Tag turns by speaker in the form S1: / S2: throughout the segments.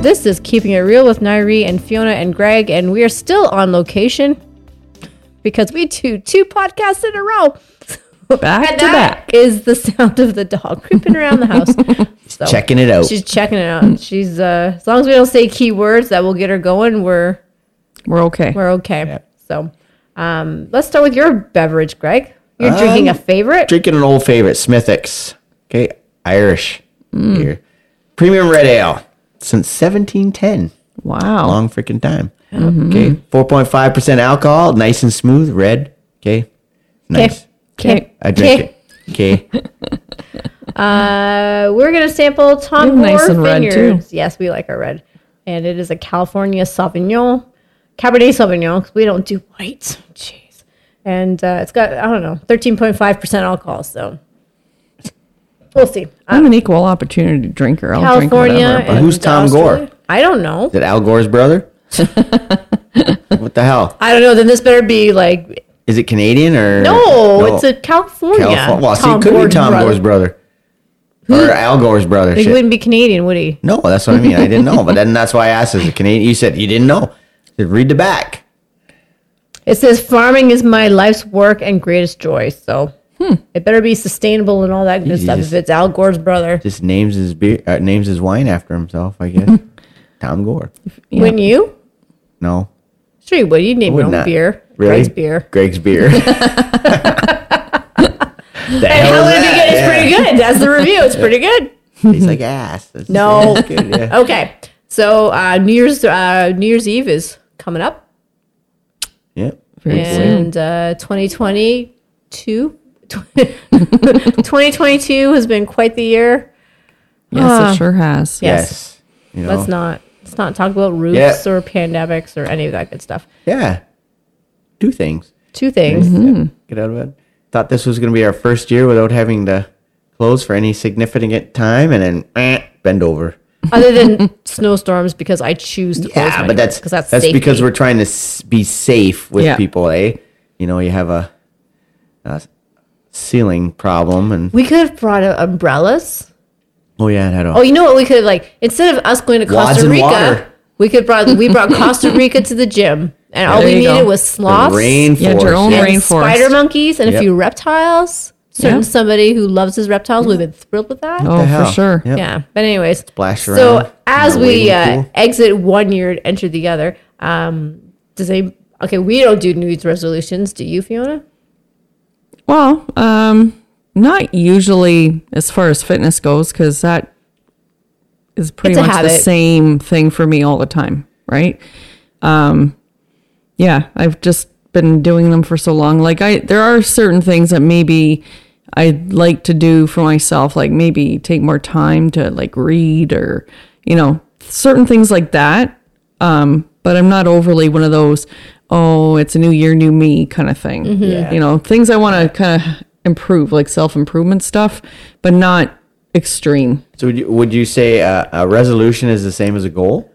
S1: This is Keeping It Real with Nairi and Fiona and Greg, and we are still on location because we do two podcasts in a row.
S2: Back
S1: And
S2: to
S1: that
S2: back.
S1: is the sound of the dog creeping around the house. So
S3: Checking it out.
S1: She's checking it out. She's uh as long as we don't say keywords that will get her going, we're
S2: We're okay.
S1: we're okay. So um let's start with your beverage, Greg. You're drinking a
S3: Um,
S1: favorite.
S3: Drinking an old favorite, Smithwick's. Okay, Irish
S1: Mm.
S3: beer. Premium red ale since 1710.
S2: wow.
S3: Long freaking time.
S1: Mm-hmm.
S3: Okay, 4.5% alcohol, nice and smooth, red. Okay, nice.
S2: Okay.
S3: I drink it. Okay,
S1: Uh, we're gonna sample Tom
S2: Ooh, nice
S1: Moore
S2: and red, too.
S1: Vineyards. Yes, we like our red, and it is a California Sauvignon, Cabernet Sauvignon. 'cause we don't do white. Jeez, and uh, it's got I don't know, thirteen point five percent alcohol. So we'll see. Uh,
S2: I'm an equal opportunity drinker. I'll
S1: California.
S2: drink whatever.
S1: and
S3: Who's Tom Gore?
S1: Australia- I don't know.
S3: is it Al Gore's brother? what the hell?
S1: I don't know. Then this better be like
S3: Is it Canadian or
S1: no. It's a California.
S3: California. Well, see,
S1: Tom
S3: it could
S1: Gore
S3: be Tom
S1: brother.
S3: Gore's brother or Al Gore's brother.
S1: He
S3: shit.
S1: wouldn't be Canadian, would he?
S3: No, that's what I mean. I didn't know, but then that's why I asked as a Canadian. You said you didn't know. I said, Read the back.
S1: It says farming is my life's work and greatest joy. So
S3: Hmm.
S1: it better be sustainable and all that good
S3: Jeez,
S1: stuff.
S3: you just-
S1: If it's Al Gore's brother,
S3: Just names his beer, uh, names his wine after himself. I guess Tom Gore.
S2: Yeah.
S1: wouldn't you?
S3: No,
S1: Sure, you would. You'd name your
S3: would
S1: own
S3: not.
S1: beer.
S3: Really?
S1: Greg's beer.
S3: Greg's beer. the
S1: How
S3: hell
S1: would
S3: is
S1: it be good? It's
S3: that?
S1: pretty good. That's the review. It's pretty good.
S3: Yeah. He's like ass. That's-
S1: No.
S3: that's good, yeah.
S1: Okay. So uh, New Year's uh, New Year's Eve is coming up,
S3: Yep.
S2: Very soon.
S1: and uh, 2022. 2022 has been quite the year.
S2: Yes, it sure has.
S1: Yeah.
S3: Yes.
S1: Yes.
S3: You know.
S1: Let's not let's not talk about roots
S3: Yeah.
S1: or pandemics or any of that good stuff.
S3: Yeah. Do things.
S1: Two things.
S3: Get out of bed. Thought this was going to be our first year without having to close for any significant time, and then eh, bend over.
S1: other than snowstorms because I choose to close
S3: Yeah, but that's
S1: because that's
S3: that's, that's
S1: safety.
S3: because we're trying to s- be safe with
S2: Yeah.
S3: people, eh? You know, you have a, a ceiling problem, and
S1: we could have brought out umbrellas.
S3: oh yeah, it had a
S1: Oh, you know what? We could have like instead of us going to
S3: Wads
S1: Costa
S3: and
S1: Rica,
S3: water.
S1: we could brought we brought Costa Rica to the gym, and all
S2: there
S1: we
S2: you
S1: needed
S2: go.
S1: was sloths,
S3: rainforest.
S2: Yeah, Jerome
S3: yeah.
S2: rain-
S1: and
S2: Rainforest.
S1: spider monkeys, and a
S3: Yep.
S1: few reptiles. Certain
S2: Yeah.
S1: somebody who loves his reptiles would have been thrilled with that.
S2: Oh, for
S3: hell?
S2: sure.
S3: Mm-hmm. Yep.
S1: Yeah, but anyways,
S3: Splash around
S1: So
S3: in
S1: as
S3: the
S1: we
S3: wading
S1: uh,
S3: pool.
S1: exit one year and enter the other, um, does they? Okay, we don't do New Year's resolutions. Do you, Fiona?
S2: Well, um, not usually as far as fitness goes, because that is pretty
S1: It's a
S2: much the
S1: habit.
S2: same thing for me all the time, right? Um, yeah, I've just been doing them for so long. Like I, there are certain things that maybe I'd like to do for myself, like maybe take more time to like read or you know certain things like that. Um, but I'm not overly one of those, oh, it's a new year, new me kind of thing.
S1: Mm-hmm.
S3: Yeah.
S2: You know, things I want to kind of improve, like self improvement stuff, but not extreme.
S3: So would you, would you say uh, a resolution is the same as a goal?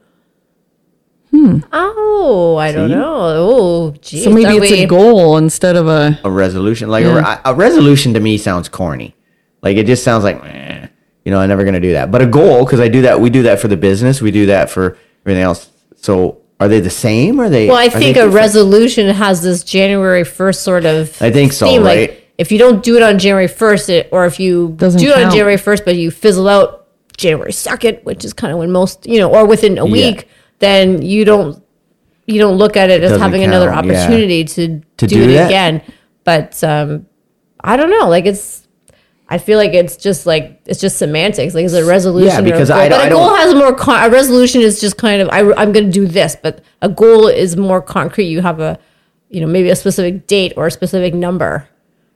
S1: Oh, I don't
S3: See?
S1: know. Oh, geez.
S2: So maybe
S1: Are
S2: it's a
S1: we-
S2: goal instead of a
S3: A resolution, like a, re- a resolution, to me sounds corny. Like it just sounds like, meh, you know, I'm never going to do that. But a goal, because I do that, we do that for the business, we do that for everything else. So are they the same? Or are they?
S1: Well, I
S3: are they
S1: think a
S3: different?
S1: resolution has this January 1st sort of.
S3: I think so, right?
S1: Like, if you don't do it on January 1st, it, or if you
S2: Doesn't
S1: do it on
S2: count.
S1: January 1st, but you fizzle out January 2nd, which is kind of when most, you know, or within a week, then you don't you don't look at it, as
S3: doesn't
S1: having another
S3: count, yeah.
S1: opportunity to,
S3: To
S1: do,
S3: do
S1: it
S3: that?
S1: again. But um, I don't know. Like it's, I feel like it's just like it's just semantics. Like it's a resolution. or a
S3: because
S1: goal.
S3: I don't-
S1: But a
S3: I
S1: goal
S3: don't-
S1: has more. Con- a resolution is just kind of I, I'm going to do this, but a goal is more concrete. You have a, you know, maybe a specific date or a specific number.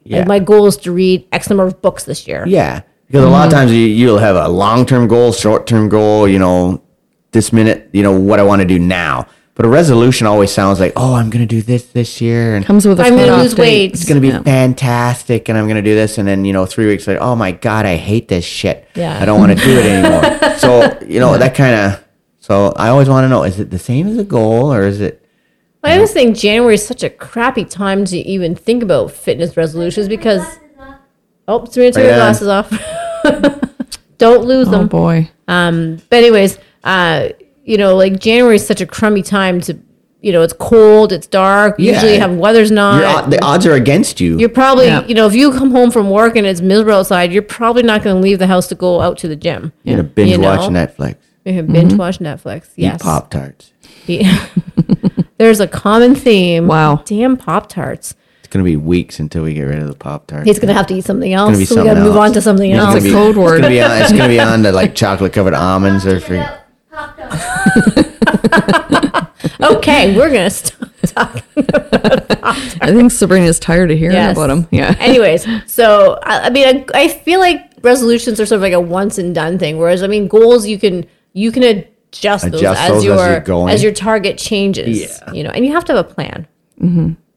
S3: Yeah.
S1: Like my goal is to read X number of books this year.
S3: Yeah, because a lot
S1: Mm-hmm.
S3: of times you, you'll have a long term goal, short term goal. You know, this minute, you know what I want to do now. But a resolution always sounds like, oh, I'm going to do this this year, and
S2: comes with a
S1: I'm going to
S2: cutoff
S1: lose
S2: date.
S1: weight.
S3: it's going to be fantastic, and I'm going to do this. And then you know, three weeks later, oh my god, I hate this shit.
S1: Yeah.
S3: I don't want to do it anymore. so you know that kind of. So I always want to know: is it the same as a goal, or is it?
S1: I always think January is such a crappy time to even think about fitness resolutions because. Oh, Serena took her
S3: Right on.
S1: glasses off. Don't lose
S2: Oh
S1: them.
S2: boy,
S1: Um, but anyways, uh, you know, like January is such a crummy time to, you know, it's cold, it's dark.
S3: Yeah.
S1: Usually, you have weather's
S3: Your
S1: not.
S3: o- the odds are against you.
S1: Uh, You're probably,
S2: Yeah.
S1: you know, if you come home from work and it's miserable outside, you're probably not going to leave the house to go out to the gym.
S3: You're gonna binge
S1: You know?
S3: watch Netflix,
S1: You can binge watch Netflix. Yes.
S3: Mm-hmm. eat Pop Tarts.
S1: There's a common theme.
S2: Wow.
S1: Damn Pop Tarts.
S3: It's gonna be weeks until we get rid of the Pop Tarts.
S1: He's going to have to eat something else.
S3: be
S1: so we got to
S3: something
S1: move on
S3: else.
S1: to something
S3: It's
S1: else.
S3: gonna be-
S2: Code word.
S3: It's gonna be on, it's gonna be on to like chocolate covered almonds or freaking.
S1: okay, we're going to stop talking.
S2: I think Sabrina's tired of hearing
S1: Yes.
S2: about him. Yeah.
S1: Anyways, so I, I mean, I, I feel like resolutions are sort of like a once and done thing. Whereas, I mean, goals you can you can adjust, those
S3: Adjust
S1: as
S3: those as
S1: your
S3: you're going.
S1: as your target changes.
S3: Yeah.
S1: You know, and you have to have a plan.
S2: Well,
S3: And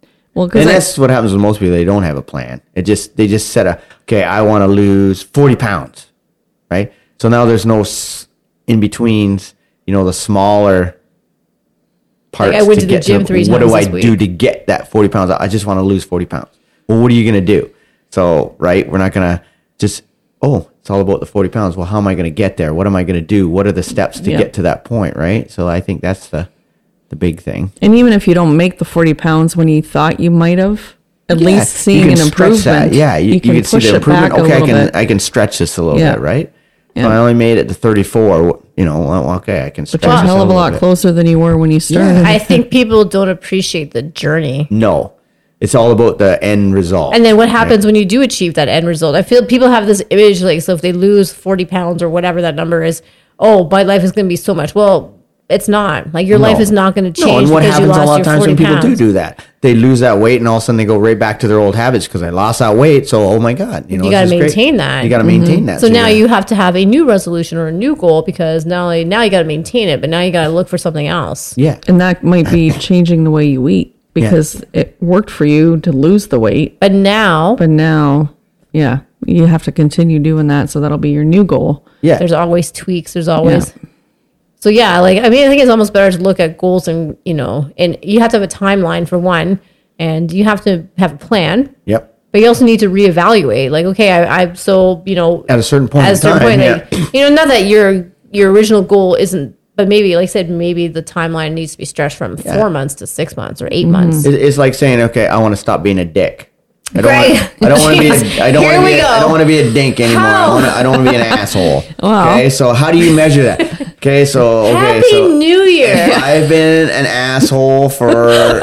S2: because
S3: that's what happens with most people. They don't have a plan. It just they just set a okay. I want to lose forty pounds, right? So now there's no s- in betweens. You know the smaller parts.
S1: I went to the
S3: get
S1: gym three
S3: What
S1: times
S3: do I
S1: this
S3: do
S1: week.
S3: to get that forty pounds? I just want to lose forty pounds. Well, what are you gonna do? So right, we're not gonna just oh, it's all about the forty pounds. Well, how am I gonna get there? What am I gonna do? What are the steps to
S2: Yeah.
S3: get to that point? Right. So I think that's the the big thing.
S2: and even if you don't make the forty pounds when you thought you might have, at
S3: Yeah,
S2: least seeing
S3: you
S2: an
S3: can stretch
S2: improvement.
S3: that. Yeah, you, you can, see the improvement. Okay, I can I can stretch this a little
S2: Yeah.
S3: bit, right?
S2: Yeah.
S3: So I only made it to 34. wh- You know, well, okay, I can stretch
S2: Which is a
S3: this
S2: hell of a
S3: little
S2: lot
S3: bit.
S2: closer than you were when you started.
S1: I think people don't appreciate the journey.
S3: No, it's all about the end result.
S1: And then what happens when you do achieve that end result? I feel people have this image like, so if they lose 40 pounds or whatever that number is, oh, my life is going to be so much. Well, it's not. Like your life
S3: No.
S1: is not going to change.
S3: No, and what
S1: because
S3: happens
S1: you lost
S3: a lot
S1: your
S3: of times
S1: 40
S3: when people do
S1: pounds.
S3: do that? They lose that weight, and all of a sudden they go right back to their old habits because I lost that weight. So oh my god, you know,
S1: You
S3: this
S1: gotta
S3: is great.
S1: maintain that.
S3: You got to
S2: Mm-hmm.
S3: maintain that.
S1: So now
S3: you're-
S1: you have to have a new resolution or a new goal because now now you got to maintain it, but now you got to look for something else.
S3: yeah,
S2: and that might be changing the way you eat because it worked for you to lose the weight,
S1: But now
S2: but now, yeah, you have to continue doing that. So that'll be your new goal.
S3: yeah.
S1: there's always tweaks. There's always. So yeah, like I mean, I think it's almost better to look at goals and you know, and you have to have a timeline for one, and you have to have a plan,
S3: yep.
S1: but you also need to reevaluate. Like, okay, I, I so you know,
S3: At a certain point,
S1: at
S3: in
S1: a certain
S3: time,
S1: point,
S3: yeah.
S1: like, you know, not that your your original goal isn't, but maybe, like I said, maybe the timeline needs to be stretched from four months to six months or 8 months.
S3: It- It's like saying, okay, I want to stop being a dick. I don't
S1: Great.
S3: want. I don't want to be.
S1: Jeez.
S3: A, I don't
S1: Here
S3: want to
S1: we
S3: be. A, I
S1: go.
S3: don't want to be a dink anymore. I,
S1: How?
S3: wanna, I don't want to be an asshole.
S2: Wow.
S3: Okay, so how do you measure that? Okay, so okay,
S1: Happy
S3: so
S1: New Year.
S3: I've been an asshole for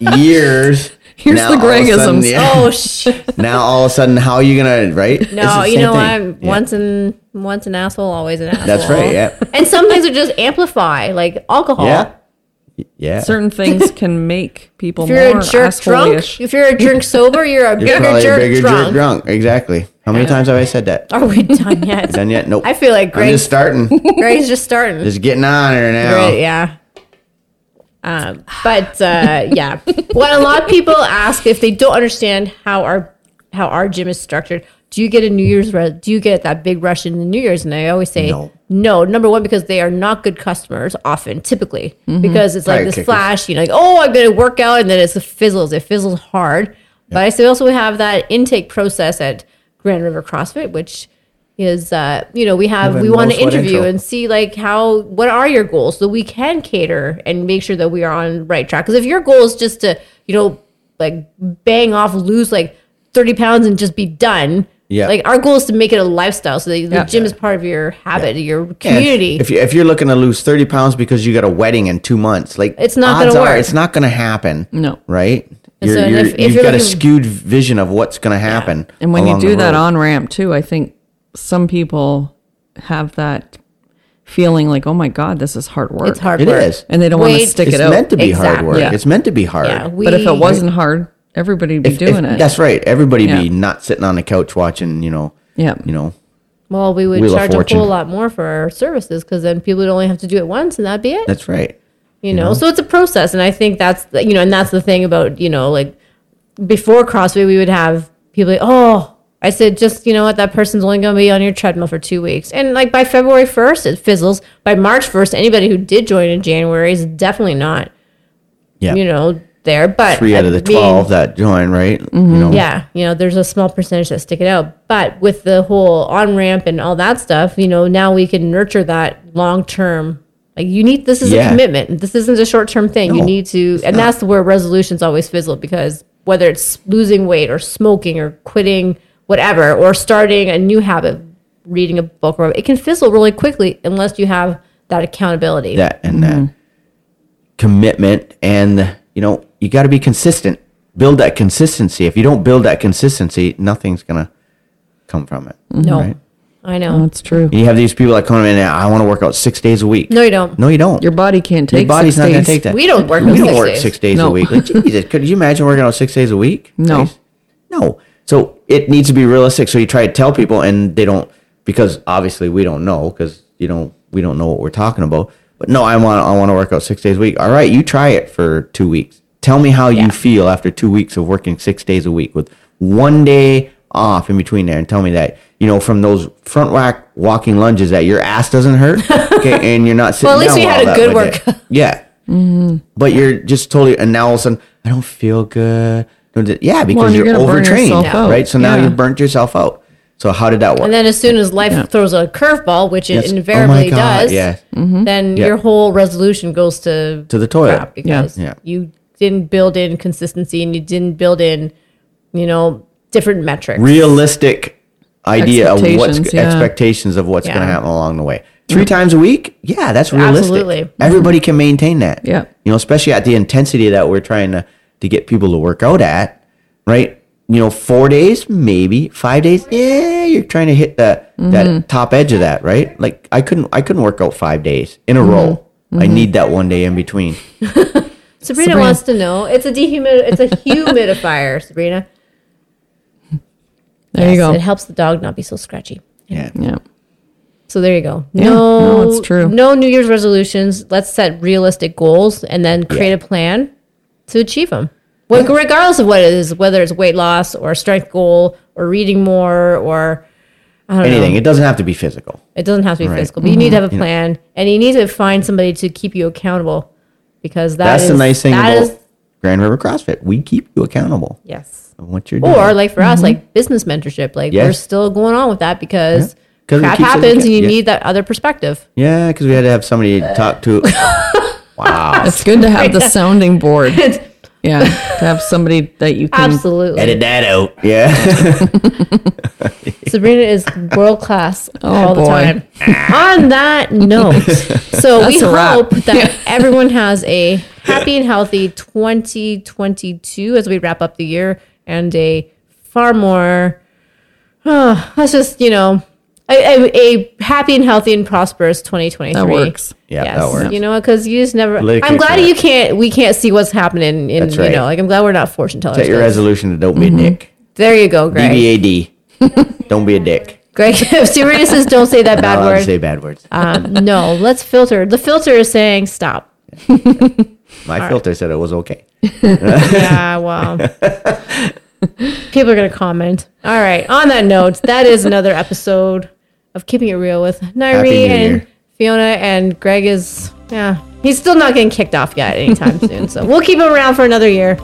S3: years.
S2: Here's
S3: Now
S2: the
S3: all of a sudden-
S2: Gregisms.
S3: yeah.
S1: oh shit.
S3: Now all of a sudden, how are you gonna right? It's
S1: No,
S3: the
S1: you
S3: same
S1: know
S3: thing.
S1: I'm
S3: Yeah.
S1: once an once an asshole, always an asshole.
S3: That's right, yeah.
S1: And some things are just amplify, like alcohol.
S3: Yeah. Yeah.
S2: Certain things can make people
S1: If you're
S2: more
S1: a jerk drunk,
S2: asshole-ish.
S1: if you're a jerk sober, you're a bigger
S3: You're probably
S1: jerk
S3: a bigger
S1: drunk.
S3: jerk drunk. Exactly. How many times have I said that?
S1: Are we done yet?
S3: Done yet? Nope.
S1: I feel like
S3: I'm just
S1: Greg's,
S3: starting.
S1: Greg's just starting.
S3: just getting on here now.
S1: Right, yeah. Um, but uh, yeah, what a lot of people ask if they don't understand how our how our gym is structured. Do you get a New Year's? Re- do you get that big rush in the New Year's? And I always say
S3: No.
S1: no. Number one, because they are not good customers often, typically, because it's like
S3: Mm-hmm. Right,
S1: this
S3: kickers.
S1: flash. You know, like oh, I'm going to work out, and then it's, it fizzles. It fizzles hard. But I say also we have that intake process at Grand River CrossFit, which is uh, you know we have
S3: Have a
S1: we want to
S3: no-sweat
S1: interview
S3: intro.
S1: and see like how what are your goals so we can cater and make sure that we are on right track because if your goal is just to you know like bang off lose like 30 pounds and just be done
S3: Yeah.
S1: like our goal is to make it a lifestyle so that
S2: Yeah.
S1: the gym is part of your habit your
S3: Yeah, if-
S1: community
S3: If, you, if you're looking to lose 30 pounds because you got a wedding in two months, like
S1: It's not gonna
S3: odds are
S1: work.
S3: It's not going to happen.
S2: No.
S3: Right?
S1: And
S3: You're,
S1: so, and
S3: you're,
S1: if- if
S3: you've
S1: you're
S3: got a
S1: looking-
S3: skewed vision of what's going to happen.
S2: And when you
S3: along
S2: do
S3: the
S2: that
S3: road.
S2: on ramp too, I think some people have that feeling like, oh my God, this is hard work.
S1: it's hard
S3: it
S1: work
S3: is.
S2: And they don't want to
S1: Wait.
S2: stick
S3: it's
S2: it out.
S3: meant to be hard
S1: Exactly.
S3: work.
S2: Yeah.
S3: It's meant to be hard.
S1: yeah we,
S2: but if it wasn't hard, everybody would be
S3: If- if-
S2: doing it.
S3: That's right. Everybody
S2: Yeah.
S3: be not sitting on the couch watching, you know,
S2: yeah.
S3: you know,
S1: well we would
S3: Wheel of
S1: charge a
S3: Fortune.
S1: whole lot more for our services because then people would only have to do it once and that'd be it
S3: that's right.
S1: you know so it's a process and i think that's the- you know and that's the thing about you know like before crossfit we would have people like oh i said just you know what that person's only going to be on your treadmill for two weeks and like by february 1st it fizzles by march 1st anybody who did join in january is definitely not
S3: Yeah.
S1: you know there but
S3: Three out of
S1: I
S3: the
S1: mean, Mm-hmm.
S3: 12 that join, right? You know,
S1: yeah you know there's a small percentage that stick it out but with the whole on ramp and all that stuff you know now we can nurture that long term Like you need this is
S3: Yeah.
S1: a commitment. This isn't a short term thing. you
S3: No,
S1: need to, and that's where resolutions always fizzle because whether it's losing weight or smoking or quitting whatever or starting a new habit, reading a book or it can fizzle really quickly unless you have that accountability.
S3: that and
S1: Mm-hmm.
S3: that commitment and you know you got to be consistent build that consistency if you don't build that consistency nothing's gonna come from it
S1: no,
S3: right?
S1: I know.
S2: That's true.
S3: you have these people that come in and i want to work out six days a week
S1: No, you don't.
S3: no you don't
S2: Your body can't take
S3: your body's
S2: six
S3: not gonna
S2: days.
S3: take that
S1: We don't work
S3: we
S1: out
S3: don't
S1: six
S3: work
S1: days.
S3: six days
S2: No.
S3: a week like jesus could you imagine working out six days a week
S2: No.
S3: Jeez. no so it needs to be realistic so you try to tell people and they don't because obviously we don't know because you know we don't know what we're talking about but no i want i want to work out six days a week all right you try it for two weeks tell me how
S1: Yeah.
S3: you feel after two weeks of working six days a week with one day off in between there and tell me that you know from those front rack walking lunges that your ass doesn't hurt okay and you're not sitting
S1: Well, at least
S3: down
S1: we
S3: while
S1: had a
S3: that
S1: good
S3: with it.
S1: workout.
S3: yeah but you're just totally and now all of a sudden I don't feel good. No, d- Yeah, because
S2: and you're
S3: you're,
S2: gonna burn
S3: overtrained,
S2: yourself out.
S3: right? So now
S2: Yeah.
S3: you burnt yourself out. So how did that work?
S1: And then as soon as life
S2: Yeah.
S1: throws a curveball, which
S3: Yes.
S1: it
S3: Oh my
S1: invariably
S3: God,
S1: does,
S3: yeah. Mm-hmm.
S1: then
S3: Yeah.
S1: your whole resolution goes to
S3: To the toilet.
S1: crap because
S3: Yeah. Yeah.
S1: you didn't build in consistency and you didn't build in, you know, different metrics.
S3: Realistic idea of what's
S2: Expectations, yeah.
S3: expectations of what's going
S1: Yeah.
S3: to happen along the way. Three times a week? Yeah, that's realistic.
S1: Absolutely. Mm-hmm.
S3: Everybody can maintain that.
S2: Yeah.
S3: You know, especially at the intensity that we're trying to to get people to work out at, right? You know, 4 days maybe, 5 days. Yeah, you're trying to hit that
S1: Mm-hmm.
S3: that top edge of that, right? Like I couldn't I couldn't work out 5 days in a row.
S1: Mm-hmm.
S3: I need that one day in between.
S1: Sabrina,
S2: Sabrina.
S1: wants to know. It's a dehumid it's a humidifier, Sabrina.
S2: There you go.
S1: It helps the dog not be so scratchy.
S3: Yeah.
S2: yeah.
S1: So there you go.
S2: Yeah,
S1: no,
S2: no, it's true.
S1: No New Year's resolutions. Let's set realistic goals and then create
S3: Yeah.
S1: a plan to achieve them. Well, regardless of what it is, whether it's weight loss or strength goal or reading more or I don't
S3: Anything.
S1: know.
S3: It doesn't have to be physical.
S1: It doesn't have to be
S3: Right. Mm-hmm.
S1: physical, but you need to have a plan and you need to find somebody to keep you accountable because that
S3: That's
S1: is
S3: the nice thing
S1: that
S3: about
S1: is-
S3: Grand River CrossFit. We keep you accountable
S1: yes.
S3: on what you're doing.
S1: Or like for us, like business mentorship, like we're
S3: Mm-hmm. Yes.
S1: still going on with that because
S3: 'Cause we
S1: crap
S3: keep saying we
S1: happens and
S3: can-
S1: you
S3: yeah.
S1: need that other perspective.
S3: Yeah, because we had to have somebody to talk to. wow.
S2: It's good to have the sounding board. Yeah. To have somebody that you can.
S1: Absolutely.
S3: Edit that out. Yeah.
S1: Sabrina is world class
S3: Oh,
S1: all the
S2: boy.
S1: time. On that note, so we
S2: That's a wrap.
S1: hope that everyone has a happy and healthy 2022 as we wrap up the year and a far more, oh, let's just, you know, a, a, a happy and healthy and prosperous 2023.
S2: That works.
S3: Yeah, that works.
S1: You know, because you just never.
S3: Politically
S1: I'm glad
S3: correct.
S1: you can't. We can't see what's happening. In
S3: That's right.
S1: you know, like I'm glad we're not fortune tellers.
S3: Set your
S1: guys.
S3: resolution to don't be a dick.
S1: there you go, Greg.
S3: BBAD. don't be a dick.
S1: Greg, Sabrina says, "Don't say that
S3: Not
S1: bad
S3: allowed to
S1: word."
S3: say bad words. Uh,
S1: Um, no, let's filter. The filter is saying stop.
S3: My filter said it was okay.
S1: Yeah, well, people are going to comment. All right. On that note, that is another episode of Keeping It Real with Nairi
S3: New
S1: and
S3: Year.
S1: Fiona. And Greg is, yeah, he's still not getting kicked off yet anytime soon. So we'll keep him around for another year.